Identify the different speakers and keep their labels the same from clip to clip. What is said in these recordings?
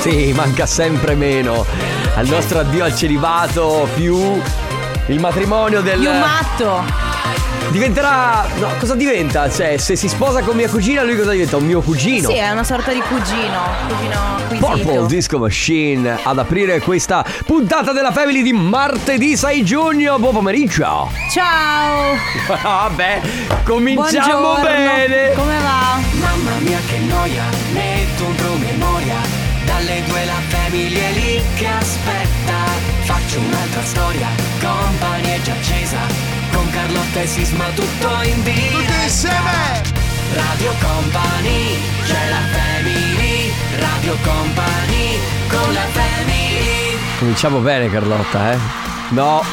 Speaker 1: Sì, manca sempre meno. Al nostro addio al celibato più il matrimonio del...
Speaker 2: Io matto.
Speaker 1: Diventerà... No, cosa diventa? Cioè, se si sposa con mia cugina, lui cosa diventa? Un mio cugino.
Speaker 2: Sì, è una sorta di cugino. Cugino
Speaker 1: Purple
Speaker 2: acquisito.
Speaker 1: Disco Machine ad aprire questa puntata della Family di martedì 6 giugno. Buon pomeriggio.
Speaker 2: Ciao.
Speaker 1: Vabbè, cominciamo
Speaker 2: Buongiorno.
Speaker 1: bene.
Speaker 2: Come va?
Speaker 3: Mamma mia che noia, metto un promemoria Dalle due la famiglia è lì che aspetta Faccio un'altra storia, company è già accesa Con Carlotta e Sisma tutto in diretta Radio Company, c'è la family Radio Company, con la family
Speaker 1: Cominciamo diciamo bene, Carlotta, eh? No.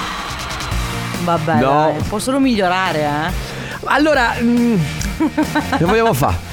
Speaker 2: Vabbè,
Speaker 1: No.
Speaker 2: dai, può solo migliorare, eh.
Speaker 1: Allora, mm, che vogliamo fare?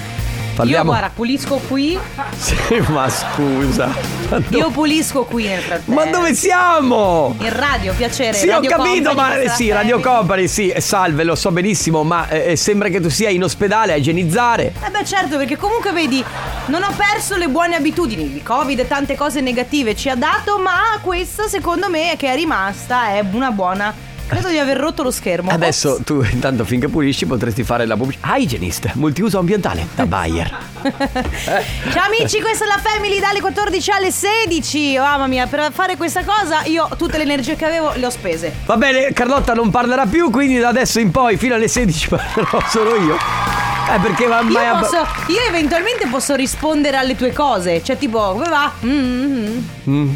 Speaker 2: Io
Speaker 1: Parliamo.
Speaker 2: guarda, pulisco qui.
Speaker 1: Sì, ma scusa. Ma, do-
Speaker 2: Io pulisco qui nel frattempo.
Speaker 1: ma dove siamo?
Speaker 2: In radio, piacere.
Speaker 1: Sì, ho
Speaker 2: Eh. Radio
Speaker 1: capito,
Speaker 2: Company,
Speaker 1: ma
Speaker 2: questa
Speaker 1: sì,
Speaker 2: è la
Speaker 1: Radio
Speaker 2: family.
Speaker 1: Company, sì, eh, salve, lo so benissimo, ma eh, eh, sembra che tu sia in ospedale a igienizzare.
Speaker 2: Eh beh certo perché comunque vedi non ho perso le buone abitudini, il covid e tante cose negative ci ha dato ma questa secondo me che è rimasta è una buona. Credo di aver rotto lo schermo.
Speaker 1: Adesso tu intanto finché pulisci potresti fare la pubblicità. Hygienist, multiuso ambientale da Bayer.
Speaker 2: Ciao amici, questa è la Family dalle 14 alle 16. Mamma mia, per fare questa cosa io tutte le energie che avevo le ho spese.
Speaker 1: Va bene, Carlotta non parlerà più, quindi da adesso in poi fino alle 16 parlerò solo io. Eh, perché va mai
Speaker 2: Io, posso, io eventualmente posso rispondere alle tue cose. Cioè tipo, come va? Mm, mm,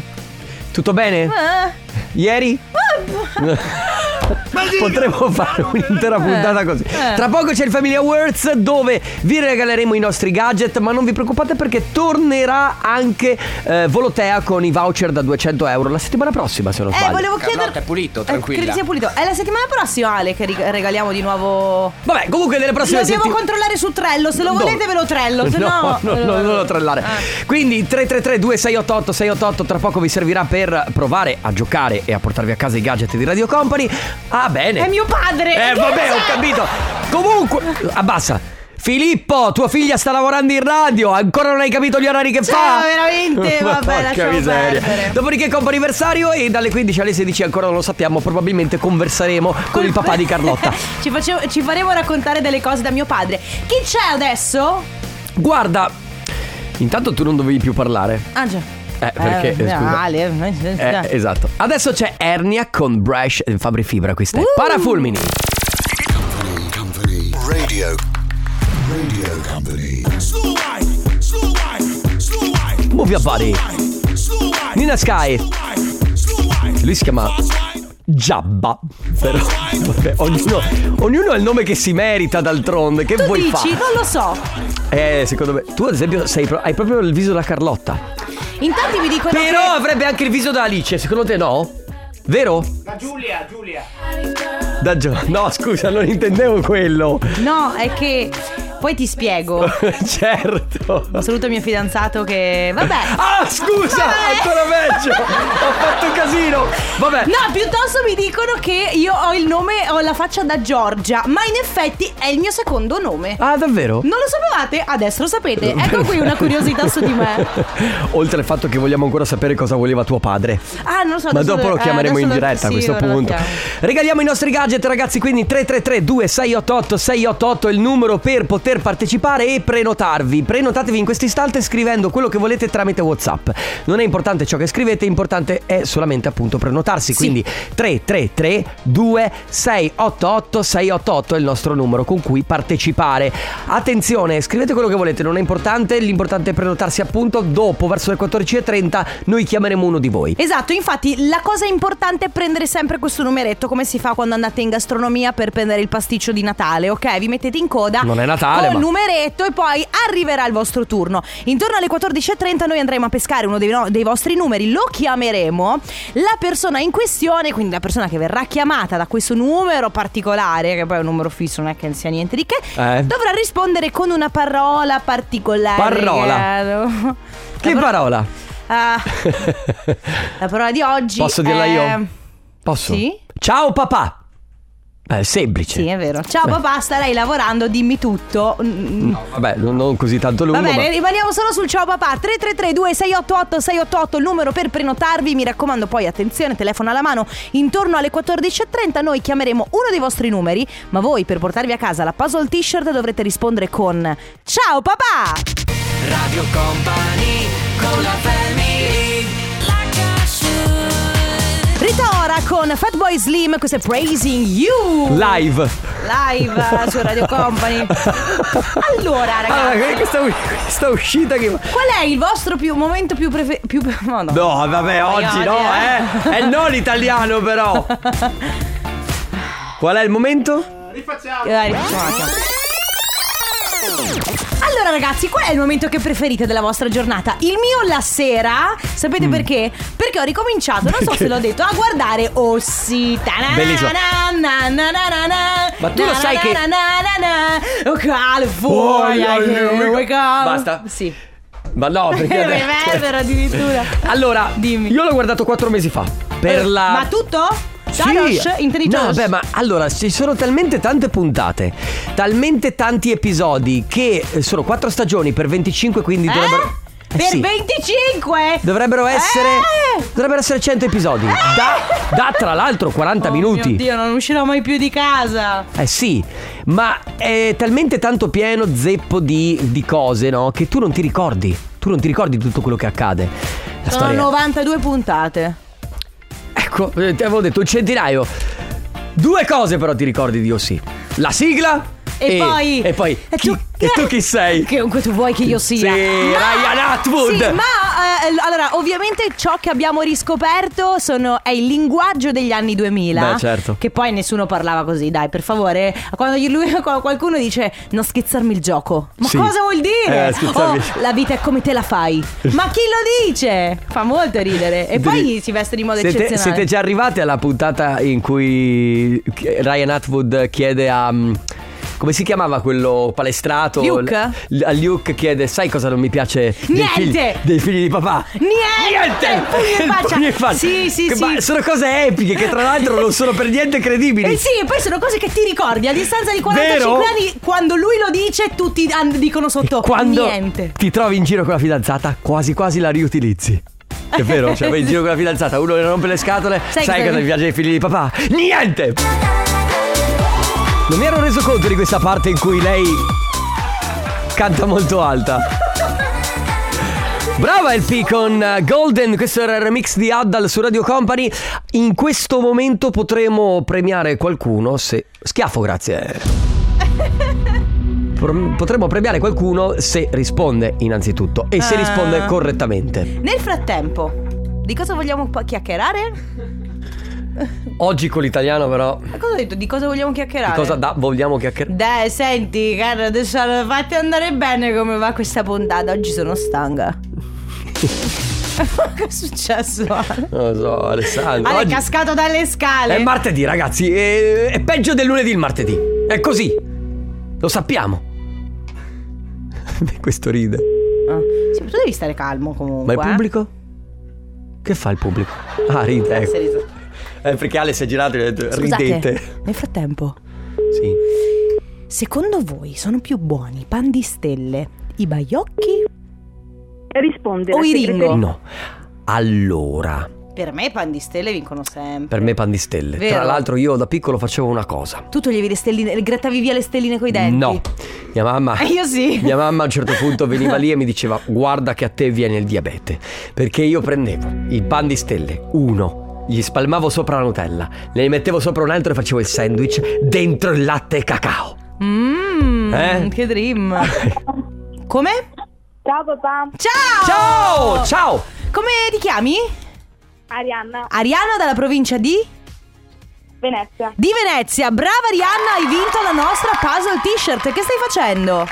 Speaker 1: Tutto bene?
Speaker 2: eh.
Speaker 1: Ieri? Potremmo fare un'intera puntata così.
Speaker 2: eh.
Speaker 1: Tra poco c'è il Family Awards dove vi regaleremo i nostri gadget, ma non vi preoccupate perché tornerà anche eh, Volotea con i voucher da 200 euro la settimana prossima, se non
Speaker 2: Eh,
Speaker 1: sbaglio.
Speaker 2: volevo chiedere.
Speaker 3: Carlotta, è pulito,
Speaker 2: Eh,
Speaker 3: tranquilla.
Speaker 2: credo sia pulito. È la settimana prossima, Ale, che ri- regaliamo di nuovo.
Speaker 1: Vabbè, comunque nelle
Speaker 2: Lo
Speaker 1: prossime
Speaker 2: devo
Speaker 1: settimane...
Speaker 2: controllare su Trello. Se lo
Speaker 1: No.
Speaker 2: volete, ve lo trello. Se no. eh. Ah.
Speaker 1: no, no, no, non lo trellare. Quindi 333 2688 688 tra poco vi servirà per provare a giocare e a portarvi a casa i gadget di Radio Company. Ah, bene.
Speaker 2: È mio padre.
Speaker 1: Eh,
Speaker 2: Che
Speaker 1: vabbè, ho
Speaker 2: c'è?
Speaker 1: capito. Comunque, abbassa. Filippo, tua figlia sta lavorando in radio, ancora non hai capito gli orari che
Speaker 2: Cioè,
Speaker 1: fa?
Speaker 2: ma veramente,
Speaker 1: Ma
Speaker 2: vabbè,
Speaker 1: Ah. porca
Speaker 2: lasciamo
Speaker 1: miseria.
Speaker 2: perdere.
Speaker 1: Dopodiché compa anniversario e dalle 15 alle 16 ancora non lo sappiamo, probabilmente converseremo con il papà di Carlotta.
Speaker 2: ci, facevo- ci faremo raccontare delle cose da mio padre. Chi c'è adesso?
Speaker 1: Guarda, intanto tu non dovevi più parlare.
Speaker 2: Ah, già.
Speaker 1: Eh, perché, eh, scusa.
Speaker 2: Ale.
Speaker 1: Eh, esatto. Adesso c'è Ernia con Brash e Fabri Fibra, questa è
Speaker 2: Uh.
Speaker 1: Parafulmini. Muovi a body. Nina Sky. Lui si chiama Giabba. Però, vabbè, ognuno, ognuno ha il nome che si merita d'altronde. Che
Speaker 2: tu
Speaker 1: vuoi
Speaker 2: dici?
Speaker 1: fare?
Speaker 2: Non lo so.
Speaker 1: Eh, secondo me. Tu, ad esempio, sei pro- hai proprio il viso della Carlotta.
Speaker 2: In tanti mi dicono
Speaker 1: Però
Speaker 2: che-
Speaker 1: avrebbe anche il viso da Alice, secondo te no? Vero? Da Giulia, Giulia. no, scusa, non intendevo quello.
Speaker 2: No, è che. Poi ti spiego.
Speaker 1: certo.
Speaker 2: Saluto il mio fidanzato che. Vabbè.
Speaker 1: Ah, scusa,
Speaker 2: Vabbè.
Speaker 1: ancora peggio. Ho fatto un casino. Vabbè.
Speaker 2: No, piuttosto mi dicono che io ho il nome, ho la faccia da Giorgia, ma in effetti è il mio secondo nome.
Speaker 1: Ah, davvero?
Speaker 2: Non lo sapevate? Adesso lo sapete. Ecco qui una curiosità su di me.
Speaker 1: Oltre al fatto che vogliamo ancora sapere cosa voleva tuo padre.
Speaker 2: Ah, non lo so.
Speaker 1: Ma
Speaker 2: adesso
Speaker 1: dopo lo
Speaker 2: eh,
Speaker 1: chiameremo
Speaker 2: adesso
Speaker 1: in
Speaker 2: lo-
Speaker 1: diretta a
Speaker 2: sì,
Speaker 1: questo
Speaker 2: ora lo
Speaker 1: punto.
Speaker 2: chiamo.
Speaker 1: Regaliamo i nostri gadget, ragazzi. Quindi 333-2688-688 è il numero per poter partecipare e prenotarvi. Prenotatevi in questo istante scrivendo quello che volete tramite WhatsApp. Non è importante ciò che scrivete, importante è solamente appunto prenotarsi. Quindi 333-2688-688 è il nostro numero con cui partecipare. Attenzione, scrivete quello che volete, non è importante. L'importante è prenotarsi appunto dopo, verso le 14.30, noi chiameremo uno di voi.
Speaker 2: Esatto, infatti la cosa importante è prendere sempre questo numeretto come si fa quando andate in gastronomia per prendere il pasticcio di Natale, ok? Vi mettete in coda.
Speaker 1: Non è Natale,
Speaker 2: Col
Speaker 1: ma-
Speaker 2: numeretto e poi arriverà il vostro turno. Intorno alle 14.30 noi andremo a pescare uno dei, no- dei vostri numeri, lo chiameremo. La persona in questione, quindi la persona che verrà chiamata da questo numero particolare, che poi è un numero fisso, non è che sia niente di che,
Speaker 1: Eh.
Speaker 2: dovrà rispondere con una parola particolare.
Speaker 1: Parola. Che
Speaker 2: La par-
Speaker 1: parola?
Speaker 2: Ah, la parola di oggi
Speaker 1: Posso dirla
Speaker 2: è-
Speaker 1: io? Posso?
Speaker 2: Sì?
Speaker 1: Ciao papà! Eh, semplice.
Speaker 2: Sì, è vero. Ciao papà, starei lavorando, dimmi tutto. Mm,
Speaker 1: No, vabbè, non, non così tanto lungo.
Speaker 2: Va bene,
Speaker 1: ma...
Speaker 2: rimaniamo solo sul ciao papà 3332 688 688 il numero per prenotarvi, mi raccomando poi attenzione, telefono alla mano, intorno alle 14.30 noi chiameremo uno dei vostri numeri, ma voi per portarvi a casa la puzzle t-shirt dovrete rispondere con Ciao papà!
Speaker 3: Radio Company con la family
Speaker 2: Ritora con Fatboy Slim, questo è Praising You!
Speaker 1: Live.
Speaker 2: Live eh, su Radio Company. Allora ragazzi,
Speaker 1: Allora, questa, questa uscita che...
Speaker 2: qual è il vostro più- momento più preferito? Più... no, no.
Speaker 1: No, vabbè, oggi no, eh. È non italiano però. Qual è il momento?
Speaker 2: Eh, rifacciamo un attimo. Allora ragazzi, qual è il momento che preferite della vostra giornata? Il mio la sera,
Speaker 1: Mm.
Speaker 2: sapete perché? Perché ho ricominciato, non so se l'ho detto, a guardare Ossi. Ta-na-na-na,
Speaker 1: Bellissimo.
Speaker 2: na-na-na-na,
Speaker 1: Ma tu lo sai che-
Speaker 2: na-na-na-na-na, Oh California,
Speaker 1: Oh, yeah,
Speaker 2: yeah,
Speaker 1: yeah,
Speaker 2: wake up.
Speaker 1: Basta.
Speaker 2: Sì.
Speaker 1: Ma no, perché...
Speaker 2: Riverbero addirittura.
Speaker 1: Allora,
Speaker 2: Dimmi. Eh,
Speaker 1: io l'ho guardato quattro mesi fa. Per la...
Speaker 2: Ma tutto?
Speaker 1: Sì.
Speaker 2: Dadosh, intendi
Speaker 1: No,
Speaker 2: Josh?
Speaker 1: beh, ma allora ci sono talmente tante puntate, talmente tanti episodi che eh, sono quattro stagioni per 25, quindi
Speaker 2: Eh?
Speaker 1: dovrebbero Eh
Speaker 2: Per
Speaker 1: sì.
Speaker 2: 25?
Speaker 1: Dovrebbero essere
Speaker 2: Eh!
Speaker 1: dovrebbero essere 100 episodi. Da, da tra l'altro 40 minuti.
Speaker 2: Oh, mio Dio, non uscirò mai più di casa.
Speaker 1: Eh sì, ma è talmente tanto pieno zeppo di, di cose, no? Che tu non ti ricordi. Tu non ti ricordi tutto quello che accade. La
Speaker 2: Sono
Speaker 1: storia.
Speaker 2: 92 puntate.
Speaker 1: Ecco, eh, ti avevo detto un centinaio. Due cose però ti ricordi di Ossi. La sigla
Speaker 2: E, poi.
Speaker 1: E poi
Speaker 2: E
Speaker 1: chi,
Speaker 2: tu,
Speaker 1: e tu chi sei?
Speaker 2: Che comunque tu vuoi che io sia.
Speaker 1: Sì,
Speaker 2: Ma-
Speaker 1: Ryan Atwood.
Speaker 2: Sì, ma eh, allora, ovviamente ciò che abbiamo riscoperto sono- è il linguaggio degli anni 2000.
Speaker 1: Beh, certo.
Speaker 2: Che poi nessuno parlava così, dai, per favore. Quando gli- lui- quando qualcuno dice non schizzarmi il gioco. Ma
Speaker 1: Sì.
Speaker 2: cosa vuol dire?
Speaker 1: Eh, schizzarmi il
Speaker 2: Oh, la vita è come te la fai. Ma chi lo dice? Fa molto ridere. E poi si veste di modo
Speaker 1: siete,
Speaker 2: eccezionale.
Speaker 1: siete già arrivati alla puntata in cui Ryan Atwood chiede a. mm, Come si chiamava quello palestrato?
Speaker 2: Luke?
Speaker 1: L- a Luke chiede: Sai cosa non mi piace dei
Speaker 2: Niente!
Speaker 1: figli, dei figli di papà?
Speaker 2: Niente! Il pugno in
Speaker 1: Il
Speaker 2: faccia.
Speaker 1: pugno in faccia.
Speaker 2: Sì, sì,
Speaker 1: Che-
Speaker 2: sì.
Speaker 1: ma sono cose epiche che, tra l'altro, non sono per niente credibili.
Speaker 2: Eh sì, e poi sono cose che ti ricordi a distanza di 45
Speaker 1: Vero?
Speaker 2: anni. Quando lui lo dice, tutti an- dicono sotto
Speaker 1: Quando
Speaker 2: niente.
Speaker 1: ti trovi in giro con la fidanzata, quasi quasi la riutilizzi. È vero, cioè vai in giro con la fidanzata, uno le rompe le scatole, sai,
Speaker 2: Sai che-
Speaker 1: cosa mi piace ai figli di papà? Niente! Non mi ero reso conto di questa parte in cui lei canta molto alta. Brava LP con eh, Golden, questo era il remix di Addal su Radio Company. In questo momento potremo premiare qualcuno se... Schiaffo, grazie. Pro- Potremmo premiare qualcuno se risponde innanzitutto e se
Speaker 2: Ah.
Speaker 1: risponde correttamente.
Speaker 2: Nel frattempo, di cosa vogliamo po- chiacchierare?
Speaker 1: Oggi con l'italiano però,
Speaker 2: Ma cosa ho detto? Di cosa vogliamo chiacchierare?
Speaker 1: cosa da- vogliamo chiacchierare?
Speaker 2: Dai, senti, caro, adesso fatti andare bene come va questa puntata. Oggi sono stanca. Ma che è successo? Ale
Speaker 1: Non lo so, Alessandro.
Speaker 2: Mm. Ale è
Speaker 1: oggi- Eh,
Speaker 2: cascato dalle scale.
Speaker 1: È martedì, ragazzi. È, è peggio del lunedì il martedì. È così. Lo sappiamo. Questo ride.
Speaker 2: Ah. Sì, ma tu devi stare calmo
Speaker 1: Ma
Speaker 2: comunque. eh.
Speaker 1: il pubblico? Che fa il pubblico? Ah, ride.
Speaker 2: eh.
Speaker 1: ecco.
Speaker 2: Seriso.
Speaker 1: Eh, perché Ale si è girato e ha detto:
Speaker 2: Scusate,
Speaker 1: ridete.
Speaker 2: nel frattempo,
Speaker 1: Sì.
Speaker 2: secondo voi sono più buoni i pan di stelle, i baiocchi?
Speaker 4: Risponde.
Speaker 2: O
Speaker 4: la
Speaker 2: i
Speaker 4: segreteria.
Speaker 2: Ringo.
Speaker 1: No. Allora,
Speaker 2: Per me i pan di stelle vincono sempre.
Speaker 1: per me pan di stelle.
Speaker 2: Vero.
Speaker 1: Tra l'altro, io da piccolo facevo una cosa.
Speaker 2: Tu toglievi le stelline, grattavi via le stelline coi denti?
Speaker 1: No, mia mamma.
Speaker 2: Eh, Io sì.
Speaker 1: Mia mamma a un certo punto veniva lì e mi diceva guarda che a te viene il diabete, perché io prendevo il pan di stelle, uno, gli spalmavo sopra la Nutella, ne mettevo sopra un altro e facevo il sandwich dentro il latte e cacao.
Speaker 2: Mmm,
Speaker 1: Eh?
Speaker 2: che dream. Come?
Speaker 4: Ciao papà,
Speaker 2: Ciao!
Speaker 1: Ciao, ciao!
Speaker 2: Come ti chiami?
Speaker 4: Arianna,
Speaker 2: Arianna dalla provincia di?
Speaker 4: Venezia.
Speaker 2: Di Venezia. Brava Arianna, hai vinto la nostra puzzle t-shirt. Che stai facendo?
Speaker 4: A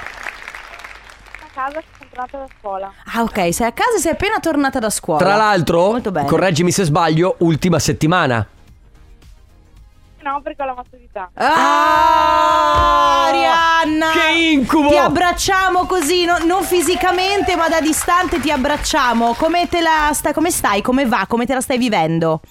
Speaker 4: casa sono tornata da scuola.
Speaker 2: Ah ok, sei a casa e sei appena tornata da scuola.
Speaker 1: Tra l'altro,
Speaker 2: Molto bene.
Speaker 1: correggimi se sbaglio, ultima settimana.
Speaker 4: No, perché ho la maturità.
Speaker 2: Ah, Arianna!
Speaker 1: Che incubo!
Speaker 2: Ti abbracciamo così, no- non fisicamente, ma da distante ti abbracciamo. Come, te la sta- come stai? Come va? Come te la stai vivendo?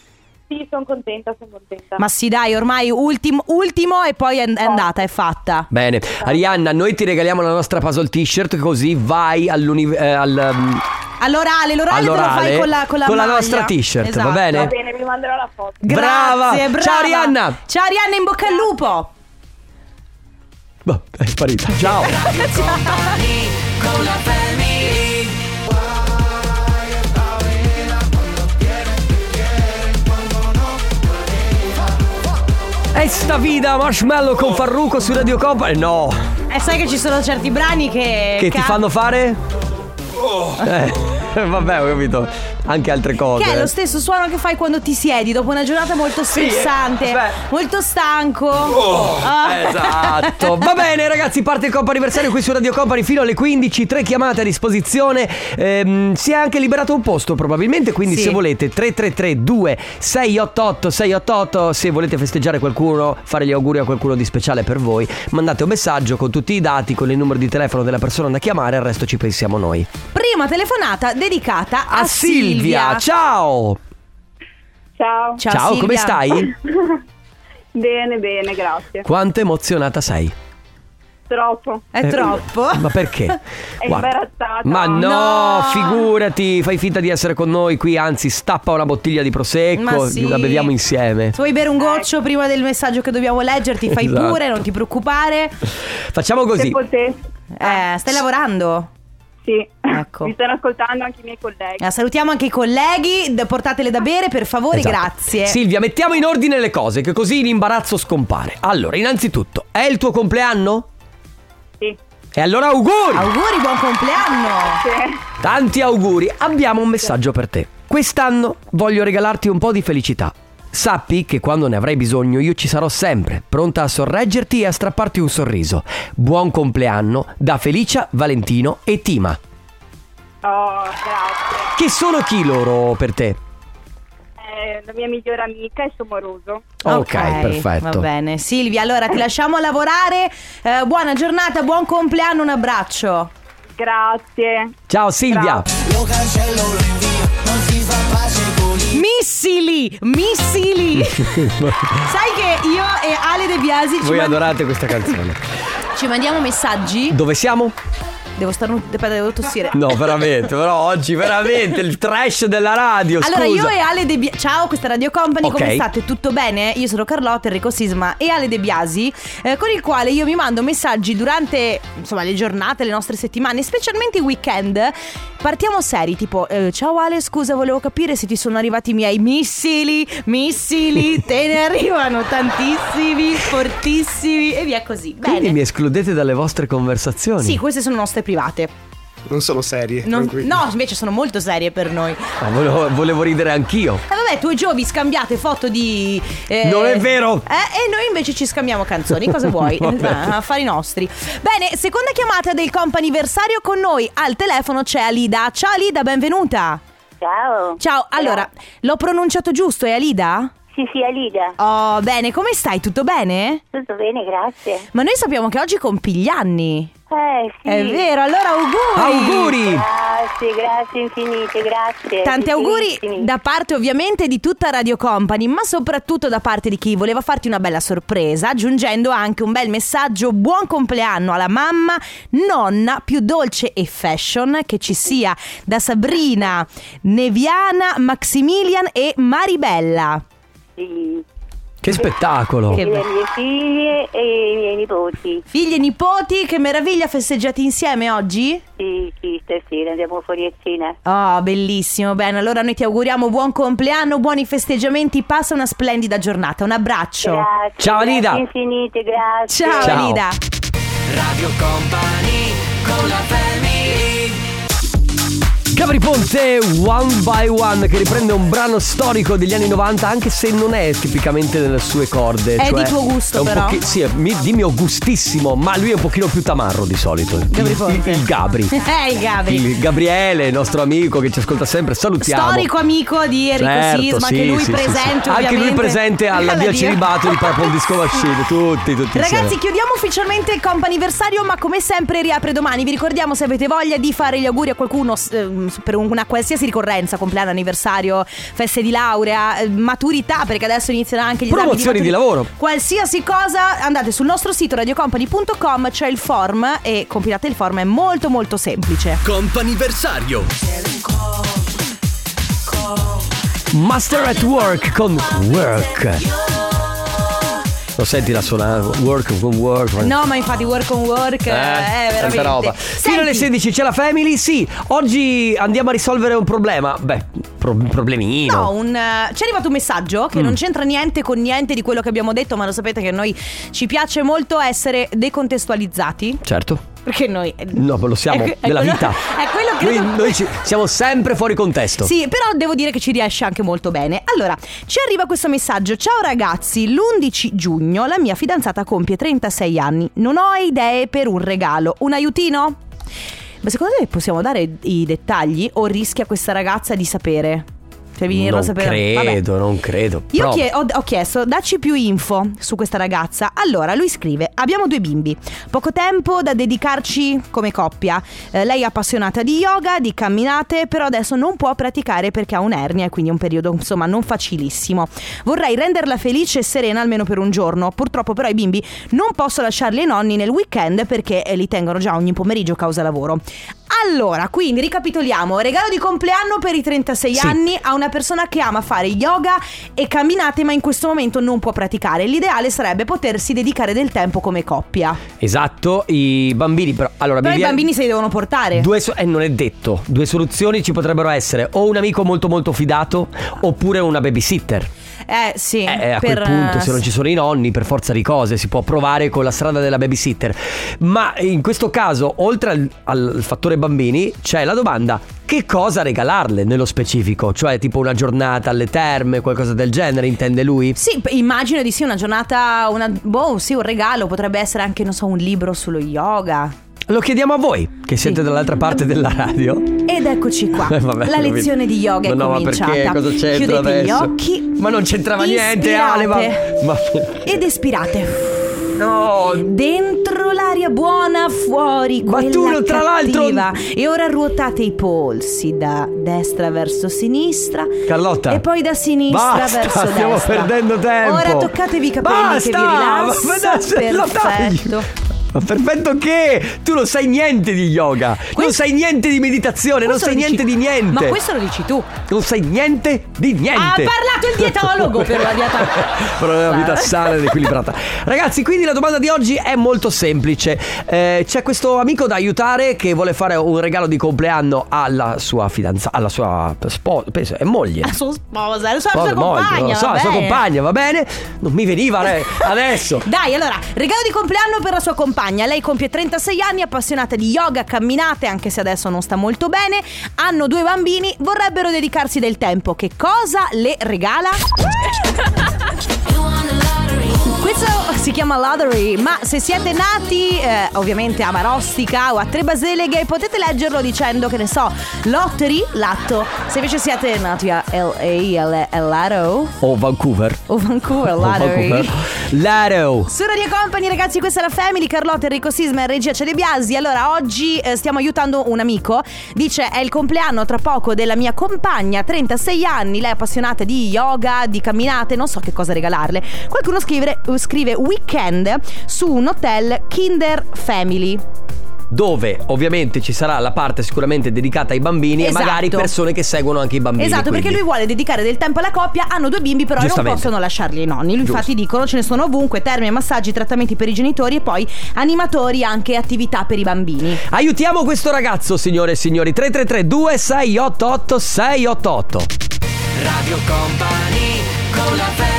Speaker 4: Sì, sono contenta, sono contenta.
Speaker 2: Ma sì, dai, ormai ultim- ultimo e poi è, è andata, è fatta.
Speaker 1: Bene, Arianna, noi ti regaliamo la nostra puzzle t-shirt così vai all'uni- eh, al, um,
Speaker 2: All'orale, l'orale, te lo
Speaker 1: all'orale
Speaker 2: fai con la, con la, maglia.
Speaker 1: nostra t-shirt,
Speaker 2: Esatto.
Speaker 1: va bene?
Speaker 4: Va bene, vi manderò la foto.
Speaker 1: Brava!
Speaker 2: Grazie, brava.
Speaker 1: Ciao, Arianna.
Speaker 2: Ciao Arianna, in bocca al lupo.
Speaker 1: Boh, è sparita. Ciao! E sta vita marshmallow con Farruco su Radio Company? No!
Speaker 2: E Eh, sai che ci sono certi brani che...
Speaker 1: Che ti
Speaker 2: ca-
Speaker 1: fanno fare? Eh, vabbè, ho capito. Anche altre cose.
Speaker 2: Che è
Speaker 1: eh.
Speaker 2: lo stesso suono che fai quando ti siedi dopo una giornata molto stressante,
Speaker 1: beh. Oh,
Speaker 2: molto stanco. Ah.
Speaker 1: Esatto, va bene ragazzi, parte il Coppa anniversario qui su Radio Company fino alle 15, tre chiamate a disposizione, Ehm, si è anche liberato un posto probabilmente, quindi
Speaker 2: Sì.
Speaker 1: se volete 333 2688 688 se volete festeggiare qualcuno, fare gli auguri a qualcuno di speciale per voi, mandate un messaggio con tutti i dati, con il numero di telefono della persona da chiamare, al resto ci pensiamo noi.
Speaker 2: Prima telefonata dedicata a,
Speaker 1: A Silvia, ciao!
Speaker 4: Ciao.
Speaker 2: Ciao, Silvia.
Speaker 1: come stai?
Speaker 4: Bene, bene, grazie.
Speaker 1: Quanto emozionata sei?
Speaker 4: Troppo.
Speaker 2: È
Speaker 1: Eh,
Speaker 2: troppo.
Speaker 1: Ma perché?
Speaker 4: È imbarazzata.
Speaker 1: Ma no,
Speaker 2: No.
Speaker 1: figurati, fai finta di essere con noi qui, anzi stappa una bottiglia di prosecco,
Speaker 2: Ma sì.
Speaker 1: ecco, la beviamo insieme.
Speaker 2: Se vuoi bere un goccio prima del messaggio che dobbiamo leggerti, fai
Speaker 1: Esatto.
Speaker 2: pure, non ti preoccupare.
Speaker 1: Facciamo
Speaker 4: Se
Speaker 1: così.
Speaker 4: potessi.
Speaker 1: Ah.
Speaker 2: Eh, stai lavorando?
Speaker 4: Sì.
Speaker 2: Ecco.
Speaker 4: Mi stanno ascoltando anche i miei colleghi.
Speaker 2: Eh, salutiamo anche i colleghi, d- portatele da bere per favore,
Speaker 1: Esatto.
Speaker 2: grazie.
Speaker 1: Silvia, mettiamo in ordine le cose, che così l'imbarazzo scompare. Allora, innanzitutto, è il tuo compleanno?
Speaker 4: Sì.
Speaker 1: E allora auguri!
Speaker 2: Auguri, buon compleanno.
Speaker 4: Sì.
Speaker 1: Tanti auguri, abbiamo un messaggio per te. Quest'anno voglio regalarti un po' di felicità. Sappi che quando ne avrai bisogno io ci sarò sempre, pronta a sorreggerti e a strapparti un sorriso. Buon compleanno da Felicia, Valentino e Tima.
Speaker 4: Oh, grazie.
Speaker 1: Che sono chi loro per te?
Speaker 4: È Eh, la mia migliore amica e suo moroso.
Speaker 1: ok, perfetto.
Speaker 2: Va bene. Silvia, allora ti lasciamo lavorare. Eh, buona giornata, buon compleanno, un abbraccio.
Speaker 4: Grazie.
Speaker 1: Ciao Silvia.
Speaker 2: Missili, missili. Sai che io e Ale De Biasi ci,
Speaker 1: Voi
Speaker 2: mand-
Speaker 1: adorate questa canzone.
Speaker 2: ci mandiamo messaggi.
Speaker 1: Dove siamo?
Speaker 2: Devo starnu- aspetta, devo tossire.
Speaker 1: No, veramente, però oggi veramente il trash della radio.
Speaker 2: Allora,
Speaker 1: scusa.
Speaker 2: io e Ale De Biasi. Ciao, questa è Radio Company,
Speaker 1: Ok.
Speaker 2: come state? Tutto bene? Io sono Carlotta, Enrico Sisma e Ale De Biasi, eh, con il quale io mi mando messaggi durante insomma le giornate, le nostre settimane, specialmente i weekend. Partiamo seri, tipo, eh, ciao Ale, scusa, volevo capire se ti sono arrivati i miei missili, missili, te ne arrivano tantissimi, fortissimi e via così.
Speaker 1: Quindi
Speaker 2: Bene.
Speaker 1: mi escludete dalle vostre conversazioni?
Speaker 2: Sì, queste sono nostre private.
Speaker 5: Non sono serie.
Speaker 2: Non-
Speaker 5: tranquilli.
Speaker 2: no, invece sono molto serie per noi.
Speaker 1: Ah, volevo- volevo ridere anch'io.
Speaker 2: E Eh, vabbè, tu e Gio vi scambiate foto di. eh,
Speaker 1: Non è vero!
Speaker 2: Eh, e noi invece ci scambiamo canzoni, cosa vuoi?
Speaker 1: Vabbè.
Speaker 2: Ah, Affari nostri. Bene, seconda chiamata del comp'anniversario con noi. Al telefono c'è Alida. Ciao Alida, benvenuta.
Speaker 6: Ciao.
Speaker 2: Ciao, allora, l'ho pronunciato giusto, è Alida?
Speaker 6: Sì, sì, Alida.
Speaker 2: Oh, bene, come stai? Tutto bene?
Speaker 6: Tutto bene, grazie.
Speaker 2: Ma noi sappiamo che oggi compi gli anni.
Speaker 6: Eh, sì.
Speaker 2: È vero, allora auguri!
Speaker 1: Auguri!
Speaker 6: Grazie, grazie infinite,
Speaker 7: Eh,
Speaker 6: grazie.
Speaker 2: Tanti auguri
Speaker 6: Infinitissimi.
Speaker 2: da parte ovviamente di tutta Radio Company, ma soprattutto da parte di chi voleva farti una bella sorpresa, aggiungendo anche un bel messaggio buon compleanno alla mamma, nonna più dolce e fashion che ci sia da Sabrina, Neviana, Maximilian e Maribella.
Speaker 6: Sì.
Speaker 1: Che spettacolo!
Speaker 2: Che-
Speaker 6: E le mie figlie e i miei nipoti.
Speaker 2: Figli e nipoti, che meraviglia festeggiati insieme oggi?
Speaker 6: Sì, sì, stasera andiamo fuori a cena.
Speaker 2: Oh, bellissimo, bene, allora noi ti auguriamo buon compleanno, buoni festeggiamenti, passa una splendida giornata, un abbraccio.
Speaker 6: Grazie.
Speaker 1: Ciao, Alida.
Speaker 6: Grazie infinite, grazie.
Speaker 2: Ciao,
Speaker 1: Ciao.
Speaker 2: Alida.
Speaker 1: Gabri Ponte, One by One, che riprende un brano storico degli anni 90, anche se non è tipicamente nelle sue corde.
Speaker 2: È
Speaker 1: cioè,
Speaker 2: di tuo gusto,
Speaker 1: è un
Speaker 2: però.
Speaker 1: pochi- sì, è mi- di mio gustissimo, ma lui è un pochino più tamarro di solito.
Speaker 2: Gabri
Speaker 1: Il-
Speaker 2: Ponte.
Speaker 1: Il, il Gabri.
Speaker 2: Ehi, Eh, Gabri.
Speaker 1: Il Gabriele, il nostro amico che ci ascolta sempre, salutiamo.
Speaker 2: Storico amico di Enrico
Speaker 1: Certo,
Speaker 2: Sisma,
Speaker 1: sì,
Speaker 2: che lui
Speaker 1: sì, sì, sì.
Speaker 2: presente
Speaker 1: Anche lui
Speaker 2: ovviamente.
Speaker 1: presente alla Via Celibato di Purple Disco Machine, tutti, tutti insieme.
Speaker 2: Ragazzi, chiudiamo ufficialmente il comp anniversario, ma come sempre riapre domani. Vi ricordiamo se avete voglia di fare gli auguri a qualcuno, s- ehm, per una qualsiasi ricorrenza, compleanno, anniversario, feste di laurea, eh, maturità, perché adesso iniziano anche gli esami
Speaker 1: Promozioni di
Speaker 2: maturi-
Speaker 1: lavoro.
Speaker 2: Qualsiasi cosa, andate sul nostro sito radiocompany.com, c'è il form e compilate il form, è molto molto semplice.
Speaker 5: Comp'anniversario
Speaker 1: Master at Work con Work. Lo senti la suona? Work con work.
Speaker 2: No, ma infatti work on work eh, è veramente
Speaker 1: tanta roba. Fino alle
Speaker 2: Senti,
Speaker 1: 16 c'è la family, sì. Oggi andiamo a risolvere un problema. Beh, pro- problemino.
Speaker 2: No, un, eh, ci è arrivato un messaggio
Speaker 1: Mm.
Speaker 2: che non c'entra niente con niente di quello che abbiamo detto, ma lo sapete che a noi ci piace molto essere decontestualizzati.
Speaker 1: Certo.
Speaker 2: Perché noi. eh,
Speaker 1: No, ma lo siamo
Speaker 2: È que- è
Speaker 1: della
Speaker 2: quello-
Speaker 1: vita.
Speaker 2: è quello che-
Speaker 1: Noi, noi ci- siamo sempre fuori contesto.
Speaker 2: Sì, però devo dire che ci riesce anche molto bene. Allora, ci arriva questo messaggio. Ciao ragazzi, l'11 giugno la mia fidanzata compie 36 anni. Non ho idee per un regalo. Un aiutino? Ma secondo te possiamo dare i dettagli o rischia questa ragazza di sapere? Cioè, di venirlo
Speaker 1: non
Speaker 2: a sapere. Vabbè.
Speaker 1: credo, non credo.
Speaker 2: Io
Speaker 1: Prova.
Speaker 2: chie- ho, ho chiesto, dacci più info su questa ragazza. Allora, lui scrive: Abbiamo due bimbi, poco tempo da dedicarci come coppia. Eh, lei è appassionata di yoga, di camminate, però adesso non può praticare perché ha un'ernia e quindi è un periodo insomma non facilissimo. Vorrei renderla felice e serena almeno per un giorno. Purtroppo, però, i bimbi non posso lasciarli ai nonni nel weekend perché eh, li tengono già ogni pomeriggio causa lavoro. Allora, quindi ricapitoliamo: regalo di compleanno per i 36
Speaker 1: Sì.
Speaker 2: anni a una persona che ama fare yoga e camminate, ma in questo momento non può praticare. L'ideale sarebbe potersi dedicare del tempo come coppia.
Speaker 1: Esatto, i bambini però allora
Speaker 2: Però
Speaker 1: mi
Speaker 2: i
Speaker 1: viene-
Speaker 2: bambini se li devono portare.
Speaker 1: Due so- eh, non è detto, due soluzioni ci potrebbero essere o un amico molto molto fidato oppure una babysitter.
Speaker 2: Eh, sì.
Speaker 1: Eh, eh, a
Speaker 2: per,
Speaker 1: quel punto
Speaker 2: eh,
Speaker 1: se non ci sono i nonni per forza di cose si può provare con la strada della babysitter. Ma eh, in questo caso oltre al, al fattore bambini c'è la domanda che cosa regalarle nello specifico? Cioè tipo una giornata alle terme, qualcosa del genere intende lui?
Speaker 2: Sì, p- immagino di sì, una giornata, una, boh, sì, un regalo, potrebbe essere anche, non so, un libro sullo yoga.
Speaker 1: Lo chiediamo a voi che siete dall'altra parte della radio.
Speaker 2: Ed eccoci qua.
Speaker 1: Eh, vabbè,
Speaker 2: la
Speaker 1: capito.
Speaker 2: lezione di yoga è
Speaker 1: Ma no, ma
Speaker 2: cominciata.
Speaker 1: perché? Cosa c'entra
Speaker 2: Chiudete gli
Speaker 1: adesso?
Speaker 2: occhi.
Speaker 1: Ma non c'entrava niente, Ale,
Speaker 2: ispirate
Speaker 1: ma- ma-
Speaker 2: Ed espirate.
Speaker 1: No,
Speaker 2: Dentro l'aria buona, fuori
Speaker 1: Ma
Speaker 2: quella
Speaker 1: tu, tra l'altro-
Speaker 2: cattiva. E ora ruotate i polsi da destra verso sinistra.
Speaker 1: Carlotta.
Speaker 2: E poi da sinistra
Speaker 1: Basta,
Speaker 2: verso destra.
Speaker 1: stiamo perdendo tempo.
Speaker 2: Ora toccatevi i capelli che vi
Speaker 1: Basta,
Speaker 2: rilassa.
Speaker 1: ma dai, se lo tagli.
Speaker 2: Perfetto.
Speaker 1: Ma perfetto che tu non sai niente di yoga, non sai niente di meditazione, non
Speaker 2: Questo
Speaker 1: sai
Speaker 2: lo dici-
Speaker 1: niente di niente.
Speaker 2: Ma questo lo dici tu.
Speaker 1: Non sai niente di niente.
Speaker 2: Ha parlato il dietologo per la dieta.
Speaker 1: per una vita sana ed equilibrata. Ragazzi, quindi la domanda di oggi è molto semplice. Eh, c'è questo amico da aiutare che vuole fare un regalo di compleanno alla sua fidanzata, alla sua sposa, penso, è moglie.
Speaker 2: La sua sposa, la sua,
Speaker 1: Sposa,
Speaker 2: sua
Speaker 1: moglie,
Speaker 2: compagna.
Speaker 1: lo so,
Speaker 2: va
Speaker 1: la sua
Speaker 2: bene.
Speaker 1: compagna, va bene? Non mi veniva lei- adesso.
Speaker 2: Dai, allora, regalo di compleanno per la sua compagna. Lei compie 36 anni, appassionata di yoga, camminate, anche se adesso non sta molto bene. Hanno due bambini, vorrebbero dedicarsi del tempo. Che cosa le regala? Questo si chiama Lottery, ma se siete nati eh, ovviamente a Marostica o a Tre Basileghe potete leggerlo dicendo che ne so, Lottery, latto. Se invece siete nati a LA, Lato
Speaker 1: O Vancouver.
Speaker 2: o Vancouver,
Speaker 1: O
Speaker 2: Lottery.
Speaker 1: Vancouver. Laro.
Speaker 2: Su Radio Company ragazzi questa è la Family Carlotta, Enrico Sisma e Regia Cele Biasi Allora oggi eh, stiamo aiutando un amico Dice è il compleanno tra poco della mia compagna 36 anni, lei è appassionata di yoga, di camminate Non so che cosa regalarle Qualcuno scrive, scrive weekend su un hotel Kinder Family
Speaker 1: dove ovviamente ci sarà la parte sicuramente dedicata ai bambini
Speaker 2: Esatto.
Speaker 1: e magari persone che seguono anche i bambini.
Speaker 2: Esatto perché
Speaker 1: quindi.
Speaker 2: lui vuole dedicare del tempo alla coppia Hanno due bimbi però non
Speaker 1: Giustamente.
Speaker 2: possono lasciarli ai nonni Lui
Speaker 1: Giusto.
Speaker 2: infatti dicono ce ne sono ovunque Termini, massaggi, trattamenti per i genitori E poi animatori anche attività per i bambini
Speaker 1: Aiutiamo questo ragazzo, signore e signori. 333 2688 688.
Speaker 5: Radio Company con la family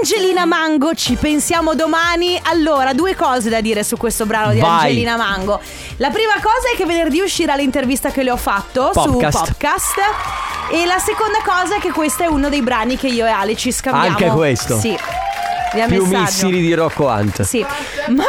Speaker 2: Angelina Mango, ci pensiamo domani. Allora, due cose da dire su questo brano di
Speaker 1: Vai.
Speaker 2: Angelina Mango. La prima cosa è che venerdì uscirà l'intervista che le ho fatto
Speaker 1: Podcast.
Speaker 2: su podcast. E la seconda cosa è che questo è uno dei brani che io e Ale ci scambiamo.
Speaker 1: Anche questo.
Speaker 2: Sì. Via
Speaker 1: Più
Speaker 2: messaggio.
Speaker 1: missili di Rocco Hunt.
Speaker 2: Eh Sì. Ma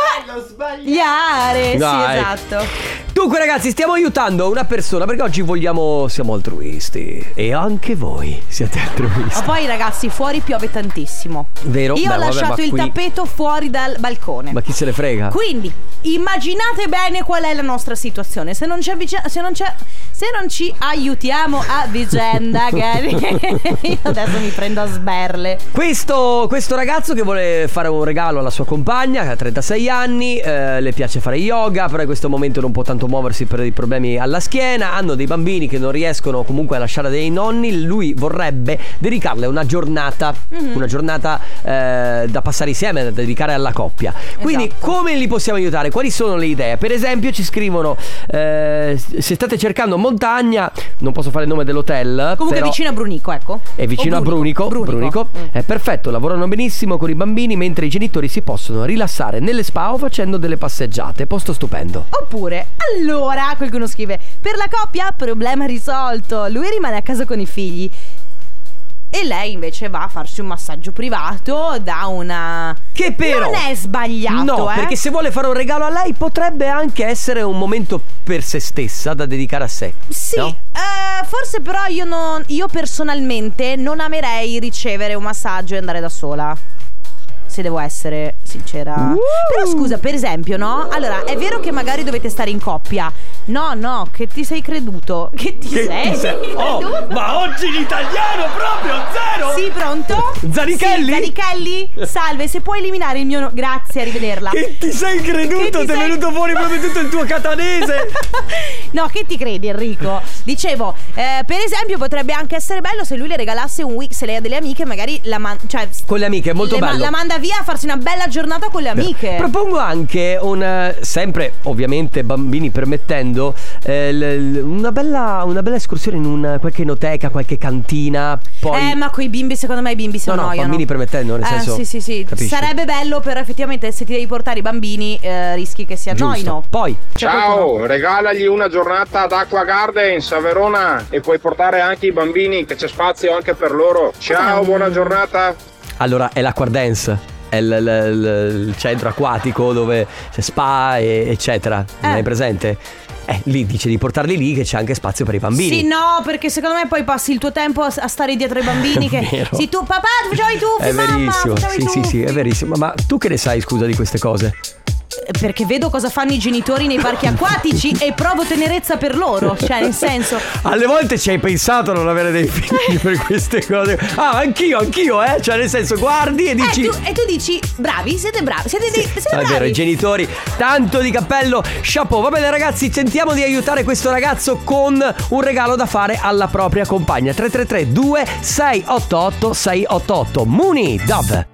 Speaker 2: sbagliare, sì,
Speaker 1: Dai.
Speaker 2: esatto.
Speaker 1: Dunque, ragazzi, stiamo aiutando una persona perché oggi vogliamo. Siamo altruisti. E anche voi siete altruisti.
Speaker 2: Ma poi ragazzi fuori piove tantissimo
Speaker 1: Vero?
Speaker 2: Io
Speaker 1: Beh,
Speaker 2: ho
Speaker 1: vabbè,
Speaker 2: lasciato
Speaker 1: ma
Speaker 2: il
Speaker 1: qui-
Speaker 2: tappeto fuori dal balcone
Speaker 1: Ma chi se ne frega?
Speaker 2: Quindi immaginate bene qual è la nostra situazione. Se non ci, avvici- se non ci- se non ci aiutiamo a vicenda, Gary. Io adesso mi prendo a sberle.
Speaker 1: Questo, questo ragazzo che vuole fare un regalo alla sua compagna che ha 36 anni, eh, le piace fare yoga, però in questo momento non può tanto muoversi per dei problemi alla schiena, hanno dei bambini che non riescono comunque a lasciare dei nonni, lui vorrebbe dedicarle una giornata,
Speaker 2: Mhm.
Speaker 1: una giornata eh, da passare insieme, da dedicare alla coppia. Quindi
Speaker 2: Esatto.
Speaker 1: come li possiamo aiutare? Quali sono le idee? Per esempio ci scrivono, eh, se state cercando montagna, non posso fare il nome dell'hotel,
Speaker 2: Comunque
Speaker 1: però-
Speaker 2: vicino a Brunico, ecco.
Speaker 1: è vicino
Speaker 2: O
Speaker 1: a Brunico. Brunico,
Speaker 2: Mm.
Speaker 1: È perfetto, lavorano benissimo con i bambini mentre i genitori si possono rilassare nelle spa o facendo delle passeggiate. Posto stupendo.
Speaker 2: Oppure, allora, qualcuno scrive: Per la coppia, problema risolto. Lui rimane a casa con i figli. E lei invece va a farsi un massaggio privato da una.
Speaker 1: Che però
Speaker 2: Non è sbagliato,
Speaker 1: No,
Speaker 2: eh.
Speaker 1: perché se vuole fare un regalo a lei potrebbe anche essere un momento per se stessa da dedicare a sé.
Speaker 2: Sì,
Speaker 1: no?
Speaker 2: eh, forse però io, non, io personalmente non amerei ricevere un massaggio e andare da sola. Se devo essere sincera. Però scusa, per esempio, no? Allora, è vero che magari dovete stare in coppia. No, no, che ti sei creduto? Che ti sei?
Speaker 1: Oh,
Speaker 2: creduto?
Speaker 1: ma oggi l'italiano proprio zero!
Speaker 2: Sì, pronto?
Speaker 1: Zanichelli?
Speaker 2: Sì, Zanichelli? Salve, se puoi eliminare il mio... no- Grazie, arrivederla.
Speaker 1: Che ti sei
Speaker 2: Che ti
Speaker 1: creduto? Ti è
Speaker 2: sei-
Speaker 1: venuto fuori proprio tutto il tuo catanese!
Speaker 2: No, che ti credi Enrico? Dicevo, eh, per esempio potrebbe anche essere bello se lui le regalasse un week, se lei ha delle amiche magari la man- cioè,
Speaker 1: Con le amiche, è molto
Speaker 2: le ma-
Speaker 1: bello.
Speaker 2: la manda via a farsi una bella giornata con le amiche.
Speaker 1: Propongo anche un eh, sempre ovviamente bambini permettendo eh, l- l- una, bella, una bella escursione in una, qualche enoteca, qualche cantina, poi
Speaker 2: Eh, ma coi bimbi, secondo me i bimbi si
Speaker 1: No, no,
Speaker 2: annoiano.
Speaker 1: bambini permettendo, nel
Speaker 2: Eh,
Speaker 1: senso-
Speaker 2: Sì, sì, sì.
Speaker 1: capisci?
Speaker 2: Sarebbe bello, però effettivamente se ti devi portare i bambini eh, rischi che si
Speaker 1: giusto.
Speaker 2: annoino. Cioè,
Speaker 1: Poi
Speaker 8: Ciao, regalagli una giornata ad Aqua Gardens a Verona e puoi portare anche i bambini che c'è spazio anche per loro. Ciao, buona giornata.
Speaker 1: allora è l'acqua dance. È l- l- l- il centro acquatico dove c'è spa, e- eccetera. Non
Speaker 2: Eh.
Speaker 1: hai presente? Eh, lì dice di portarli lì che c'è anche spazio per i bambini.
Speaker 2: Sì, no, perché secondo me poi passi il tuo tempo a, a stare dietro ai
Speaker 1: È
Speaker 2: bambini. che
Speaker 1: vero.
Speaker 2: sì, tu, papà, facevi tu,
Speaker 1: È
Speaker 2: mamma,
Speaker 1: verissimo.
Speaker 2: facevi
Speaker 1: Sì, sì,
Speaker 2: tu.
Speaker 1: sì, è verissimo. Ma tu che ne sai, scusa, di queste cose?
Speaker 2: Perché vedo cosa fanno i genitori nei parchi acquatici e provo tenerezza per loro. Cioè, nel senso.
Speaker 1: Alle volte ci hai pensato a non avere dei figli per queste cose. Ah, anch'io, anch'io, eh. Cioè, nel senso, guardi e
Speaker 2: Eh,
Speaker 1: dici.
Speaker 2: tu- e tu dici, bravi, siete bravi, siete, dei- siete
Speaker 1: Ah, è
Speaker 2: bravi.
Speaker 1: vero, i genitori, tanto di cappello, chapeau. Va bene, ragazzi, sentiamo di aiutare questo ragazzo con un regalo da fare alla propria compagna. 333 2688 688 Muni Dove.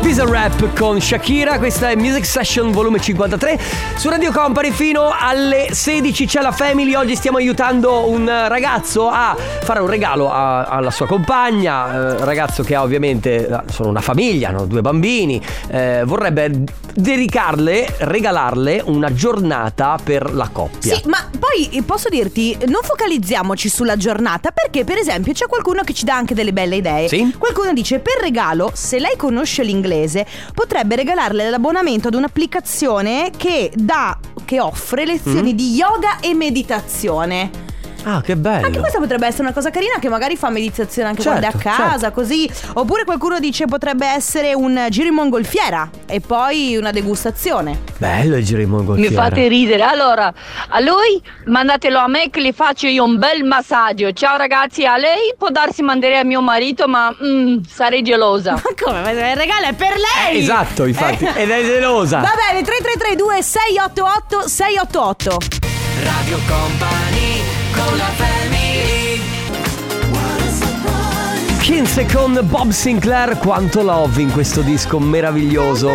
Speaker 1: Visa Rap con Shakira, questa è Music Session volume 53 su Radio Company fino alle 16 c'è la Family, oggi stiamo aiutando un ragazzo a fare un regalo a- alla sua compagna, eh, ragazzo che ha ovviamente, eh, sono una famiglia, hanno due bambini, eh, vorrebbe dedicarle, regalarle una giornata per la coppia.
Speaker 2: Sì, ma poi eh, posso dirti, non focalizziamoci sulla giornata, perché per esempio c'è qualcuno che ci dà anche delle belle idee.
Speaker 1: Sì.
Speaker 2: Qualcuno dice, per regalo, se lei conosce l'inglese, potrebbe regalarle l'abbonamento ad un'applicazione che dà, che offre lezioni
Speaker 1: Mm.
Speaker 2: di yoga e meditazione.
Speaker 1: Ah, che bello.
Speaker 2: Anche questa potrebbe essere una cosa carina che magari fa meditazione anche
Speaker 1: Certo,
Speaker 2: quando è a casa, così. Oppure qualcuno dice potrebbe essere un giro in mongolfiera e poi una degustazione.
Speaker 1: Bello il giro in
Speaker 9: Mi
Speaker 1: mongolfiera.
Speaker 9: fate ridere. Allora, a lui mandatelo a me che le faccio io un bel massaggio. Ciao ragazzi, a lei può darsi mandare a mio marito, ma mm, sarei gelosa.
Speaker 2: Ma come? Ma Il regalo è per lei!
Speaker 1: Eh, esatto, infatti. Ah.
Speaker 2: Eh.
Speaker 1: Ed è gelosa.
Speaker 2: Va bene, 3332 688 688.
Speaker 5: Radio Company con la family.
Speaker 1: Kinse con Bob Sinclair, quanto love in questo disco meraviglioso.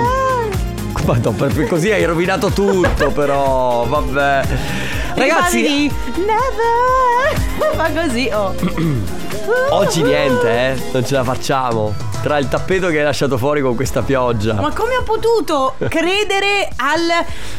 Speaker 1: Ma no, per- così hai rovinato tutto, però vabbè. Ragazzi,
Speaker 2: Ricordavi di Never. Fa così, oh.
Speaker 1: Oggi niente, eh. Non ce la facciamo. Tra il tappeto che hai lasciato fuori con questa pioggia.
Speaker 2: Ma come ho potuto credere al,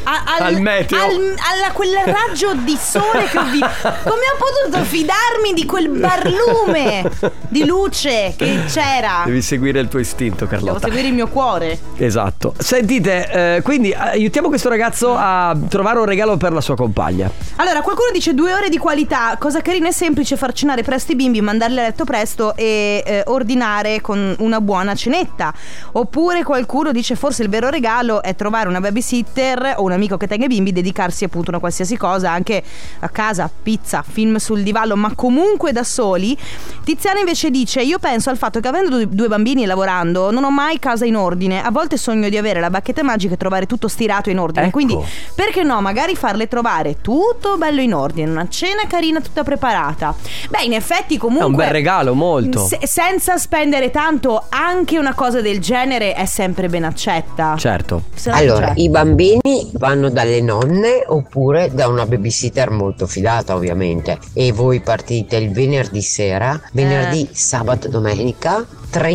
Speaker 2: a-
Speaker 1: Al meteo.
Speaker 2: al- alla- quel raggio di sole che ho visto? Come ho potuto fidarmi di quel barlume di luce che c'era?
Speaker 1: Devi seguire il tuo istinto,
Speaker 2: Devo
Speaker 1: Carlotta.
Speaker 2: seguire il mio cuore.
Speaker 1: Esatto. Sentite, eh, quindi aiutiamo questo ragazzo a trovare un regalo per la sua compagna.
Speaker 2: Allora, qualcuno dice due ore di qualità. Cosa carina e semplice far cenare presto i bimbi, mandarli a letto presto e eh, ordinare con una buona cenetta. Oppure qualcuno dice forse il vero regalo è trovare una babysitter o un amico che tenga i bimbi, dedicarsi appunto a una qualsiasi cosa, anche a casa, pizza, film sul divano, ma comunque da soli. Tiziana invece dice: Io penso al fatto che avendo du- due bambini e lavorando non ho mai casa in ordine. A volte sogno di avere la bacchetta magica e trovare tutto stirato in ordine.
Speaker 1: Ecco.
Speaker 2: Quindi perché no, magari farle trovare tutto bello in ordine, una cena carina tutta preparata. Beh, in effetti comunque
Speaker 1: È un bel regalo, molto.
Speaker 2: se- senza spendere tanto, anche una cosa del genere è sempre ben accetta.
Speaker 1: Certo.
Speaker 2: Se no-
Speaker 10: Allora,
Speaker 2: cioè,
Speaker 10: i bambini vanno dalle nonne oppure da una babysitter molto fidata, ovviamente. E voi partite il venerdì sera, venerdì,
Speaker 2: Eh.
Speaker 10: sabato, domenica,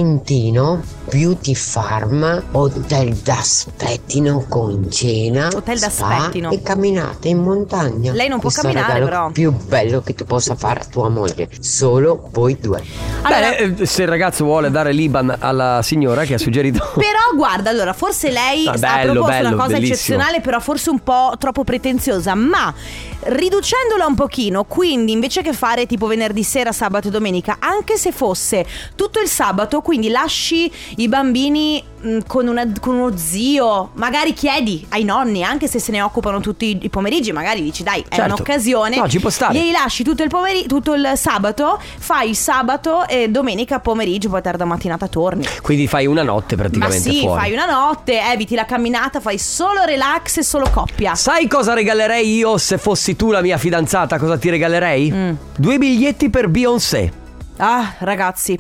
Speaker 10: Trentino, Beauty Farm, Hotel d'Aspettino con cena,
Speaker 2: Hotel
Speaker 10: spa
Speaker 2: d'Aspettino.
Speaker 10: e camminate in montagna.
Speaker 2: Lei non può
Speaker 10: Questo è il
Speaker 2: camminare, però.
Speaker 10: regalo più bello che tu possa fare a tua moglie, solo voi due.
Speaker 2: allora,
Speaker 1: Beh, eh, se il ragazzo vuole dare l'Iban alla signora che ha suggerito.
Speaker 2: Però guarda, allora, forse lei
Speaker 1: Ah,
Speaker 2: ha
Speaker 1: bello,
Speaker 2: proposto
Speaker 1: bello,
Speaker 2: una cosa
Speaker 1: bellissimo.
Speaker 2: eccezionale, però forse un po' troppo pretenziosa, ma riducendola un pochino, quindi invece che fare tipo venerdì sera, sabato e domenica, anche se fosse tutto il sabato, quindi lasci i bambini mh, con, una- con uno zio, magari chiedi ai nonni, anche se se ne occupano tutti i pomeriggi, magari dici dai, è
Speaker 1: Certo.
Speaker 2: un'occasione.
Speaker 1: No, ci può stare.
Speaker 2: Glieli lasci tutto il, pomeri- tutto il sabato, fai il sabato e domenica pomeriggio, poi tarda mattinata torni.
Speaker 1: Quindi fai una notte
Speaker 2: Ma
Speaker 1: praticamente
Speaker 2: sì,
Speaker 1: fuori.
Speaker 2: fai una notte, eviti la camminata, fai solo relax e solo coppia.
Speaker 1: Sai cosa regalerei io se fossi tu la mia fidanzata? Cosa ti regalerei?
Speaker 2: Mm.
Speaker 1: Due biglietti per Beyoncé.
Speaker 2: Ah, ragazzi,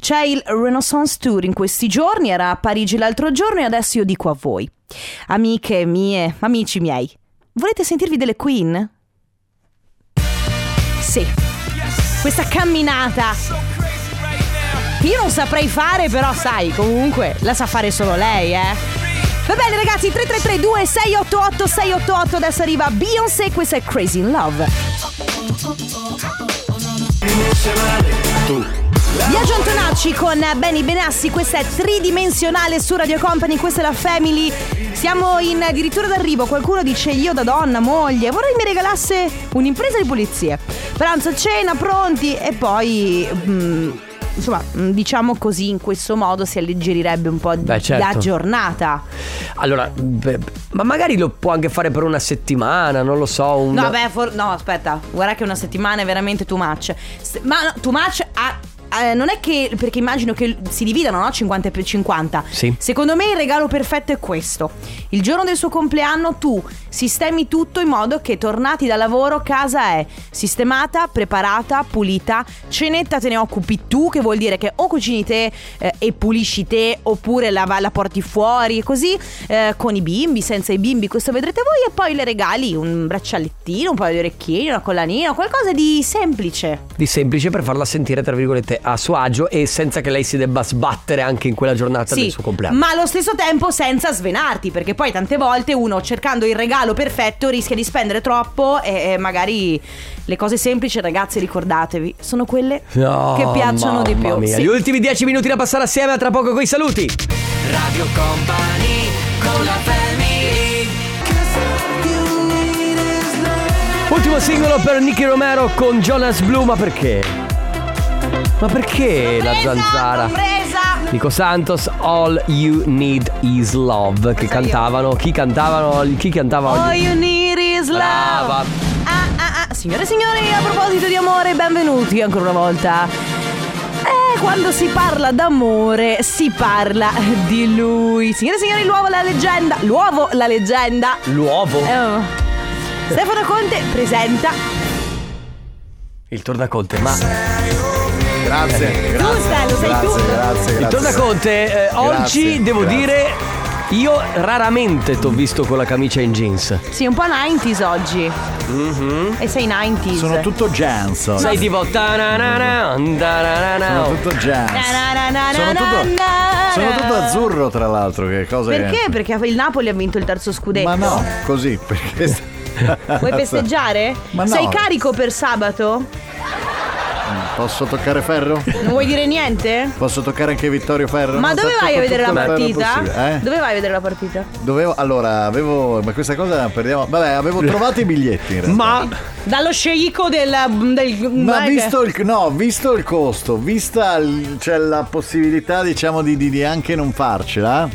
Speaker 2: c'è il Renaissance Tour in questi giorni, era a Parigi l'altro giorno e adesso io dico a voi, amiche mie, amici miei, volete sentirvi delle Queen? Sì. Questa camminata che io non saprei fare, però sai, comunque la sa fare solo lei, eh. Va bene ragazzi, 3332 688 688 adesso arriva Beyoncé, questa è Crazy in Love. Biagio Antonacci con Benny Benassi, questa è tridimensionale su Radio Company, questa è la Family. Siamo in addirittura d'arrivo, qualcuno dice io da donna, moglie, vorrei mi regalasse un'impresa di pulizie. Pranzo, cena, pronti e poi... mm, Insomma, mm, diciamo così, in questo modo si alleggerirebbe un po'
Speaker 1: Beh, certo.
Speaker 2: la giornata.
Speaker 1: Allora, beh, ma magari lo può anche fare per una settimana, non lo so. Un...
Speaker 2: No, beh, for- no, aspetta, guarda che una settimana è veramente too much. Se- ma no, too much a- a- non è che perché immagino che si dividano, no? 50 per 50.
Speaker 1: Sì.
Speaker 2: Secondo me il regalo perfetto è questo. Il giorno del suo compleanno tu sistemi tutto in modo che tornati da lavoro casa è sistemata, preparata, pulita, cenetta te ne occupi tu, che vuol dire che o cucini te eh, e pulisci te oppure la, la porti fuori e così eh, con i bimbi, senza i bimbi, questo vedrete voi e poi le regali un braccialettino, un paio di orecchini, una collanina, qualcosa di semplice.
Speaker 1: Di semplice per farla sentire, tra virgolette, a suo agio e senza che lei si debba sbattere anche in quella giornata del suo compleanno.
Speaker 2: Ma allo stesso tempo senza svenarti, perché poi tante volte uno cercando il regalo perfetto rischia di spendere troppo e, e magari le cose semplici, ragazzi, ricordatevi, sono quelle
Speaker 1: No,
Speaker 2: che piacciono di
Speaker 1: mamma
Speaker 2: più.
Speaker 1: mia.
Speaker 2: Sì.
Speaker 1: Gli ultimi dieci minuti da passare assieme, a tra poco coi saluti.
Speaker 5: Radio Company con la family
Speaker 1: Ultimo singolo per Nicky Romero con Jonas Blue, ma perché? Ma perché la
Speaker 2: Presa,
Speaker 1: zanzara?
Speaker 2: presa.
Speaker 1: Nico Santos, All You Need Is Love, che cantavano, chi cantavano, chi cantava
Speaker 2: All
Speaker 1: ogni...
Speaker 2: you need is love.
Speaker 1: Brava.
Speaker 2: Ah, ah, ah. Signore e signori, a proposito di amore, benvenuti ancora una volta. Eh, Quando si parla d'amore si parla di lui. Signore e signori, l'uovo la leggenda. L'uovo la leggenda.
Speaker 1: L'uovo,
Speaker 2: Eh, oh. Stefano Conte presenta
Speaker 1: il tornaconte, ma...
Speaker 2: Tu Stello sei tu
Speaker 1: Il tornaconte, eh, oggi devo dire Io raramente t'ho visto con la camicia in jeans.
Speaker 2: Sì, un po' 90s oggi. E sei 90s.
Speaker 7: Mm-hmm. Sono tutto jazz.
Speaker 1: Sei tipo ta-na-na-na,
Speaker 7: Sono
Speaker 1: ta-na-na-na.
Speaker 7: tutto jazz.
Speaker 2: Na, na, na, na,
Speaker 7: Sono
Speaker 2: na,
Speaker 7: tutto-
Speaker 2: na,
Speaker 7: Sono
Speaker 2: na.
Speaker 7: tutto azzurro, tra l'altro, che cosa
Speaker 2: Perché?
Speaker 7: che...
Speaker 2: Perché il Napoli ha vinto il terzo scudetto.
Speaker 7: Ma no, così, perché...
Speaker 2: Vuoi festeggiare?
Speaker 7: Ma no.
Speaker 2: Sei carico per sabato?
Speaker 7: Posso toccare ferro?
Speaker 2: Non vuoi dire niente?
Speaker 7: Posso toccare anche Vittorio Ferro?
Speaker 2: Ma
Speaker 7: No,
Speaker 2: dove
Speaker 7: tocco
Speaker 2: vai a vedere la
Speaker 7: tutto il ferro
Speaker 2: partita?
Speaker 7: possibile, eh?
Speaker 2: Dove vai a vedere la partita?
Speaker 7: Dovevo, allora, avevo. Ma questa cosa la perdiamo. Vabbè, avevo trovato i biglietti in realtà.
Speaker 1: Ma
Speaker 2: Dallo sceicco del... del
Speaker 7: Ma
Speaker 2: guarda che-
Speaker 7: visto il, no, visto il costo, vista il- cioè, la possibilità, diciamo, di, di- di anche non farcela.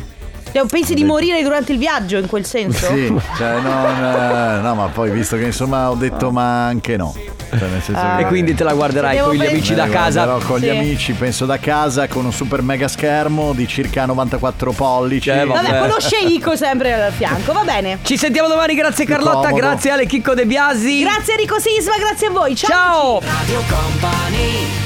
Speaker 2: Cioè, Pensi di morire durante il viaggio in quel senso?
Speaker 7: Sì, cioè, non, eh, no, ma poi visto che insomma ho detto ma anche no. Cioè, nel senso che-
Speaker 1: E quindi te la guarderai
Speaker 2: Devo
Speaker 1: con gli amici da
Speaker 7: Eh, guarderò
Speaker 1: casa.
Speaker 7: con
Speaker 2: Sì.
Speaker 7: gli amici, penso da casa, con un super mega schermo di circa 94 pollici.
Speaker 1: Eh, vabbè.
Speaker 2: Vabbè, con lo sceicco sempre al fianco, va bene.
Speaker 1: Ci sentiamo domani, grazie Carlotta,
Speaker 7: comodo.
Speaker 1: grazie Ale Chicco De Biasi.
Speaker 2: Grazie Enrico Sisma, grazie a voi. Ciao.
Speaker 1: Ciao!
Speaker 5: Radio Company